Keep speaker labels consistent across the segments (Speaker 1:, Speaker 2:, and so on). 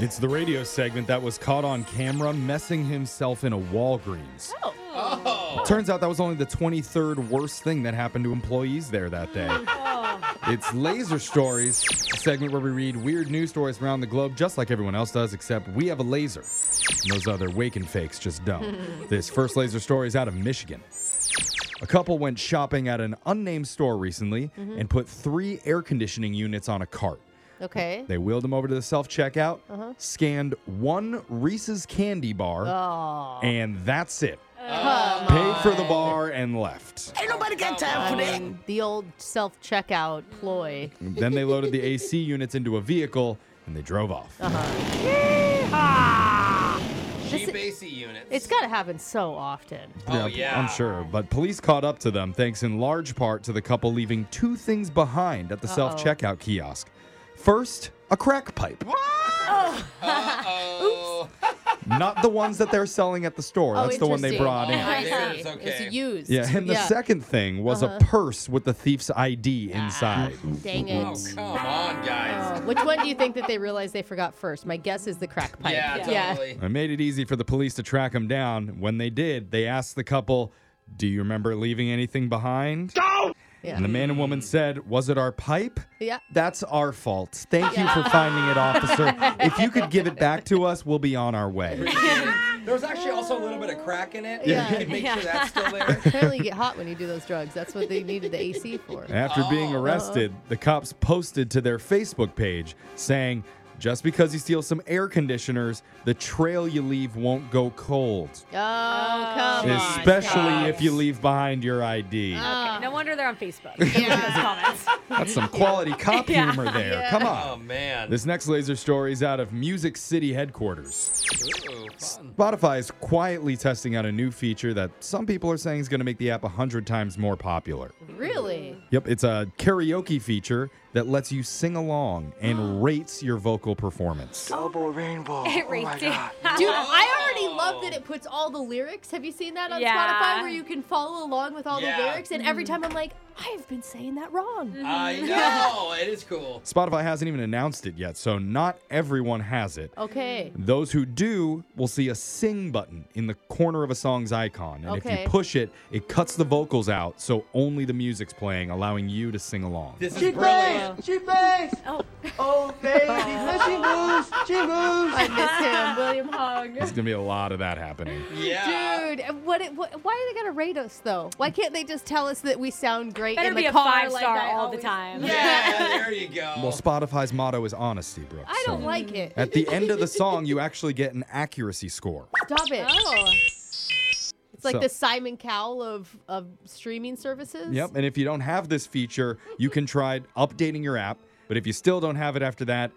Speaker 1: It's the radio segment that was caught on camera messing himself in a Walgreens. Turns out that was only the 23rd worst thing that happened to employees there that day. It's Laser Stories, a segment where we read weird news stories from around the globe, just like everyone else does, except we have a laser. And those other wake and fakes just don't. this first laser story is out of Michigan. A couple went shopping at an unnamed store recently and put three air conditioning units on a cart.
Speaker 2: Okay.
Speaker 1: They wheeled him over to the self checkout, scanned one Reese's candy bar, and that's it. Paid for the bar and left.
Speaker 2: I mean, the old self checkout ploy.
Speaker 1: And then they loaded the AC units into a vehicle and they drove off.
Speaker 2: This
Speaker 3: Cheap
Speaker 2: i-
Speaker 3: AC units.
Speaker 2: It's got to happen so often.
Speaker 3: Oh,
Speaker 1: I'm
Speaker 3: yeah.
Speaker 1: sure. But police caught up to them thanks in large part to the couple leaving two things behind at the self checkout kiosk. First, a crack pipe.
Speaker 3: Uh-oh.
Speaker 1: Not the ones that they're selling at the store. That's the one they
Speaker 2: Oh, interesting.
Speaker 1: brought in.
Speaker 2: I
Speaker 3: Theirs,
Speaker 2: see.
Speaker 3: okay.
Speaker 2: It's used.
Speaker 1: Yeah, and the second thing was a purse with the thief's ID inside.
Speaker 2: Dang it.
Speaker 3: Oh, come on, guys.
Speaker 2: Oh, Which one do you think that they realized they forgot first? My guess is the crack pipe.
Speaker 3: Yeah, totally.
Speaker 1: I made it easy for the police to track them down. When they did, they asked the couple, Do you remember leaving anything behind?
Speaker 2: Yeah.
Speaker 1: And the man and woman said, Was it our pipe?
Speaker 2: Yeah.
Speaker 1: That's our fault. Thank you for finding it, officer. If you could give it back to us, we'll be on our way.
Speaker 3: There was actually also a little bit of crack in it.
Speaker 2: Yeah.
Speaker 3: You could make sure that's still there.
Speaker 2: Apparently, you get hot when you do those drugs. That's what they needed the AC for. Oh,
Speaker 1: After being arrested, the cops posted to their Facebook page saying, just because you steal some air conditioners, the trail you leave won't go cold.
Speaker 2: Oh, come on. Oh,
Speaker 1: Especially if you leave behind your ID.
Speaker 4: Okay, no wonder they're on Facebook. Those comments.
Speaker 1: That's some quality cop humor there. Come on.
Speaker 3: Oh, man.
Speaker 1: This next laser story is out of Music City headquarters.
Speaker 3: Ooh, fun.
Speaker 1: Spotify is quietly testing out a new feature that some people are saying is going to make the app 100 times more popular.
Speaker 2: Really?
Speaker 1: Yep, it's a karaoke feature that lets you sing along and rates your vocal performance.
Speaker 4: it rates you.
Speaker 2: Dude, I already love that it puts all the lyrics. Have you seen that on
Speaker 4: Yeah.
Speaker 2: Spotify where you can follow along with all
Speaker 3: Yeah. Mm.
Speaker 2: the lyrics? And every time I'm like, I've been saying that wrong.
Speaker 3: I know. It is cool.
Speaker 1: Spotify hasn't even announced it yet, so not everyone has it.
Speaker 2: Okay.
Speaker 1: Those who do will see a sing button in the corner of a song's icon. And if
Speaker 2: Okay.
Speaker 1: you push it, it cuts the vocals out, so only the music's playing, allowing you to sing along.
Speaker 3: This is brilliant.
Speaker 4: Oh,
Speaker 2: Oh. I miss him, William Hung.
Speaker 1: There's going to be a lot of that happening.
Speaker 3: Yeah.
Speaker 2: Dude, what, it- what? Why are they gonna rate us though? Why can't they just tell us that we sound great
Speaker 4: Better
Speaker 2: in the
Speaker 4: be a
Speaker 2: car
Speaker 4: five
Speaker 2: like
Speaker 4: star
Speaker 2: I
Speaker 4: all the
Speaker 2: always-
Speaker 4: time.
Speaker 3: Yeah, there you go.
Speaker 1: Well, Spotify's motto is honesty, Brooke.
Speaker 2: I don't
Speaker 1: so-
Speaker 2: like it.
Speaker 1: At the end of the song, you actually get an accuracy score.
Speaker 2: Stop it.
Speaker 4: Oh.
Speaker 2: It's like
Speaker 1: So-
Speaker 2: the Simon Cowell of of streaming services.
Speaker 1: Yep. And if you don't have this feature, you can try updating your app. But if you still don't have it after that,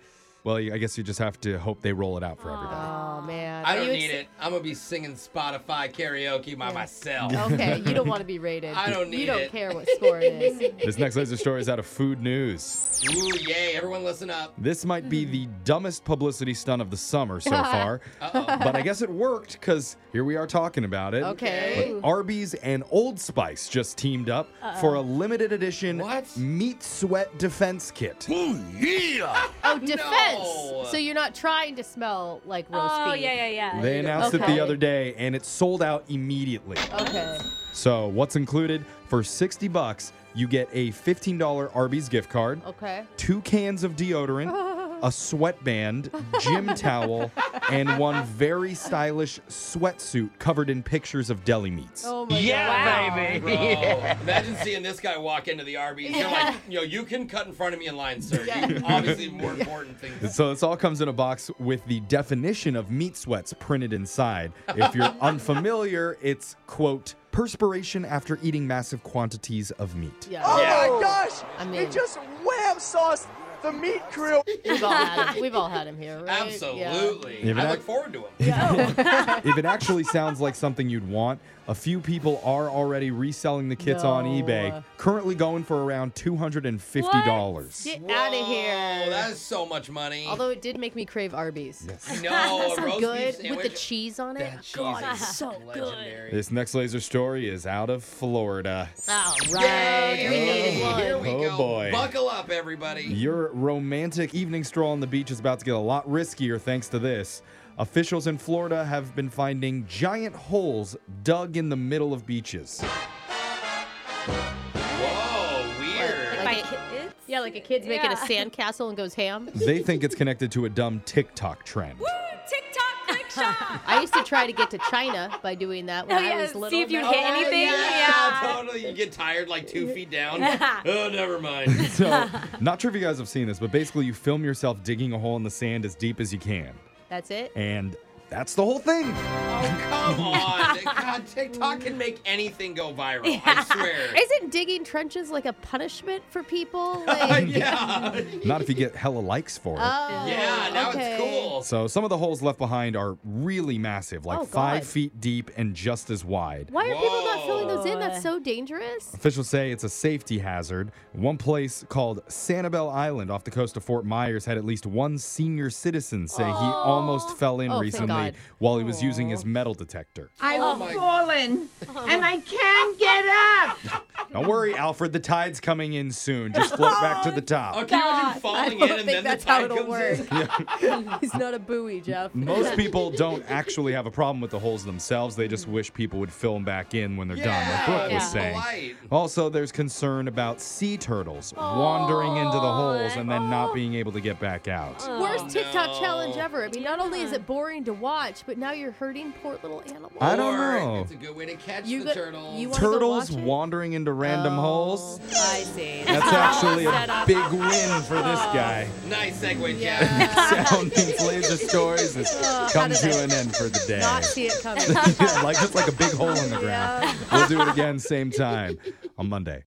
Speaker 1: well, you- I guess you just have to hope they roll it out for everybody.
Speaker 2: Oh man.
Speaker 3: I
Speaker 2: Are
Speaker 3: don't
Speaker 2: you
Speaker 3: need
Speaker 2: ex-
Speaker 3: it. I'm going to be singing Spotify karaoke by myself.
Speaker 2: Okay, you don't want to be rated.
Speaker 3: I don't
Speaker 2: You
Speaker 3: need
Speaker 2: don't
Speaker 3: it.
Speaker 2: care what score it is.
Speaker 1: This next laser story is out of Food News.
Speaker 3: Ooh, yay. Everyone listen up.
Speaker 1: This might be
Speaker 2: Hmm.
Speaker 1: the dumbest publicity stunt of the summer so far, but I guess it worked because here we are talking about it.
Speaker 2: Okay.
Speaker 1: But Arby's and Old Spice just teamed up for a limited edition
Speaker 3: What?
Speaker 1: meat sweat defense kit.
Speaker 2: Oh, defense.
Speaker 3: No.
Speaker 2: So you're not trying to smell like roast
Speaker 4: Oh,
Speaker 2: beef.
Speaker 4: yeah, yeah, yeah.
Speaker 1: They announced it
Speaker 2: Okay.
Speaker 1: the other day and it sold out immediately.
Speaker 2: Okay.
Speaker 1: So, what's included? For 60 bucks, you get a $15 Arby's gift card,
Speaker 2: Okay.
Speaker 1: two cans of deodorant, a sweatband, gym towel, and one very stylish sweatsuit covered in pictures of deli meats.
Speaker 2: Oh my
Speaker 4: Wow.
Speaker 3: Bro, imagine seeing this guy walk into the Arby's. They're like, yo, you can cut in front of me in line, sir. You obviously more important things.
Speaker 1: So this all comes in a box with the definition of meat sweats printed inside. If you're unfamiliar, it's quote perspiration after eating massive quantities of meat.
Speaker 2: Oh God. Yeah.
Speaker 3: Yeah.
Speaker 2: I mean, it just wham sauce the meat crew. We've all had him. We've all had him here, right? Yeah.
Speaker 3: Absolutely.
Speaker 1: If it
Speaker 3: I
Speaker 1: act-
Speaker 3: look forward to them.
Speaker 1: if it actually sounds like something you'd want, a few people are already reselling the kits on
Speaker 2: No.
Speaker 1: eBay, currently going for around $250.
Speaker 2: Get out of
Speaker 3: Oh,
Speaker 2: here.
Speaker 3: that is so much money.
Speaker 2: Although it did make me crave Arby's.
Speaker 1: Yes.
Speaker 3: no, a roast
Speaker 2: Good
Speaker 3: beef
Speaker 2: with the
Speaker 3: sandwich.
Speaker 2: cheese on it.
Speaker 3: That cheese
Speaker 2: God,
Speaker 3: is
Speaker 2: it's so good.
Speaker 3: legendary.
Speaker 1: This next laser story is out of Florida.
Speaker 2: All right, we
Speaker 3: Yay!
Speaker 2: needed
Speaker 3: Here
Speaker 2: one.
Speaker 3: we
Speaker 1: Oh,
Speaker 3: go.
Speaker 1: boy.
Speaker 3: Buckle up, up, everybody.
Speaker 1: Your romantic evening stroll on the beach is about to get a lot riskier thanks to this. Officials in Florida have been finding giant holes dug in the middle of beaches.
Speaker 3: Whoa, weird.
Speaker 2: Like
Speaker 5: By
Speaker 2: it-
Speaker 5: kids?
Speaker 2: Yeah, like a kid's making a
Speaker 5: Yeah.
Speaker 2: sandcastle and goes ham.
Speaker 1: They think it's connected to a dumb TikTok trend.
Speaker 5: TikTok quick shot.
Speaker 2: I used to try to get to China by doing that when
Speaker 5: Oh,
Speaker 2: I
Speaker 5: yeah,
Speaker 2: was
Speaker 5: see
Speaker 2: little.
Speaker 5: if you'd
Speaker 2: but-
Speaker 5: hit anything.
Speaker 3: Yeah,
Speaker 5: Yeah.
Speaker 3: totally. You get tired like two feet down. oh, never mind.
Speaker 1: So, not sure if you guys have seen this, but basically, you film yourself digging a hole in the sand as deep as you can.
Speaker 2: That's it.
Speaker 1: And that's the whole thing.
Speaker 3: Oh, come on. God, TikTok can make anything go viral. I swear.
Speaker 2: Isn't digging trenches like a punishment for people? Like,
Speaker 3: yeah.
Speaker 1: Not if you get hella likes for it.
Speaker 2: oh,
Speaker 3: Yeah, now
Speaker 2: okay.
Speaker 3: it's cool.
Speaker 1: So, some of the holes left behind are really massive, like
Speaker 2: Oh,
Speaker 1: five
Speaker 2: God.
Speaker 1: feet deep and just as wide.
Speaker 2: Why are people not filling those in?
Speaker 5: Whoa.
Speaker 2: That's so dangerous.
Speaker 1: Officials say it's a safety hazard. One place called Sanibel Island off the coast of Fort Myers had at least one senior citizen say he almost fell in
Speaker 2: Oh, thank
Speaker 1: recently
Speaker 2: God.
Speaker 1: while he was using his metal detector.
Speaker 6: I've fallen and I can't get up.
Speaker 1: Don't worry, Alfred, the tide's coming in soon. Just float back to the top.
Speaker 3: Oh, can you imagine falling in and then the tide comes in?
Speaker 2: He's not a buoy, Jeff.
Speaker 1: Most people don't actually have a problem with the holes themselves. They just wish people would fill them back in when they're done, like Brooke was
Speaker 5: Yeah.
Speaker 1: saying.
Speaker 3: Polite.
Speaker 1: Also, there's concern about sea turtles wandering into the holes and then
Speaker 2: Oh.
Speaker 1: not being able to get back out.
Speaker 2: Worst TikTok
Speaker 3: no.
Speaker 2: challenge ever. I mean, not only is it boring to watch, but now you're hurting poor little animals.
Speaker 1: I don't
Speaker 3: Or
Speaker 1: know.
Speaker 3: It's a good way to catch
Speaker 2: You
Speaker 3: the
Speaker 2: got-
Speaker 3: turtles.
Speaker 2: you want- wanna go
Speaker 1: Turtles
Speaker 2: watch it? Oh.
Speaker 1: wandering into random holes?
Speaker 5: I see.
Speaker 1: That's actually a big win for this guy.
Speaker 3: nice segue, Jeff.
Speaker 2: Yeah.
Speaker 1: Sound and laser stories has
Speaker 2: Oh,
Speaker 1: come
Speaker 2: did
Speaker 1: to
Speaker 2: I
Speaker 1: an end for the day.
Speaker 2: Not see it coming.
Speaker 1: like just like a big hole in the ground. We'll do it again, same time on Monday.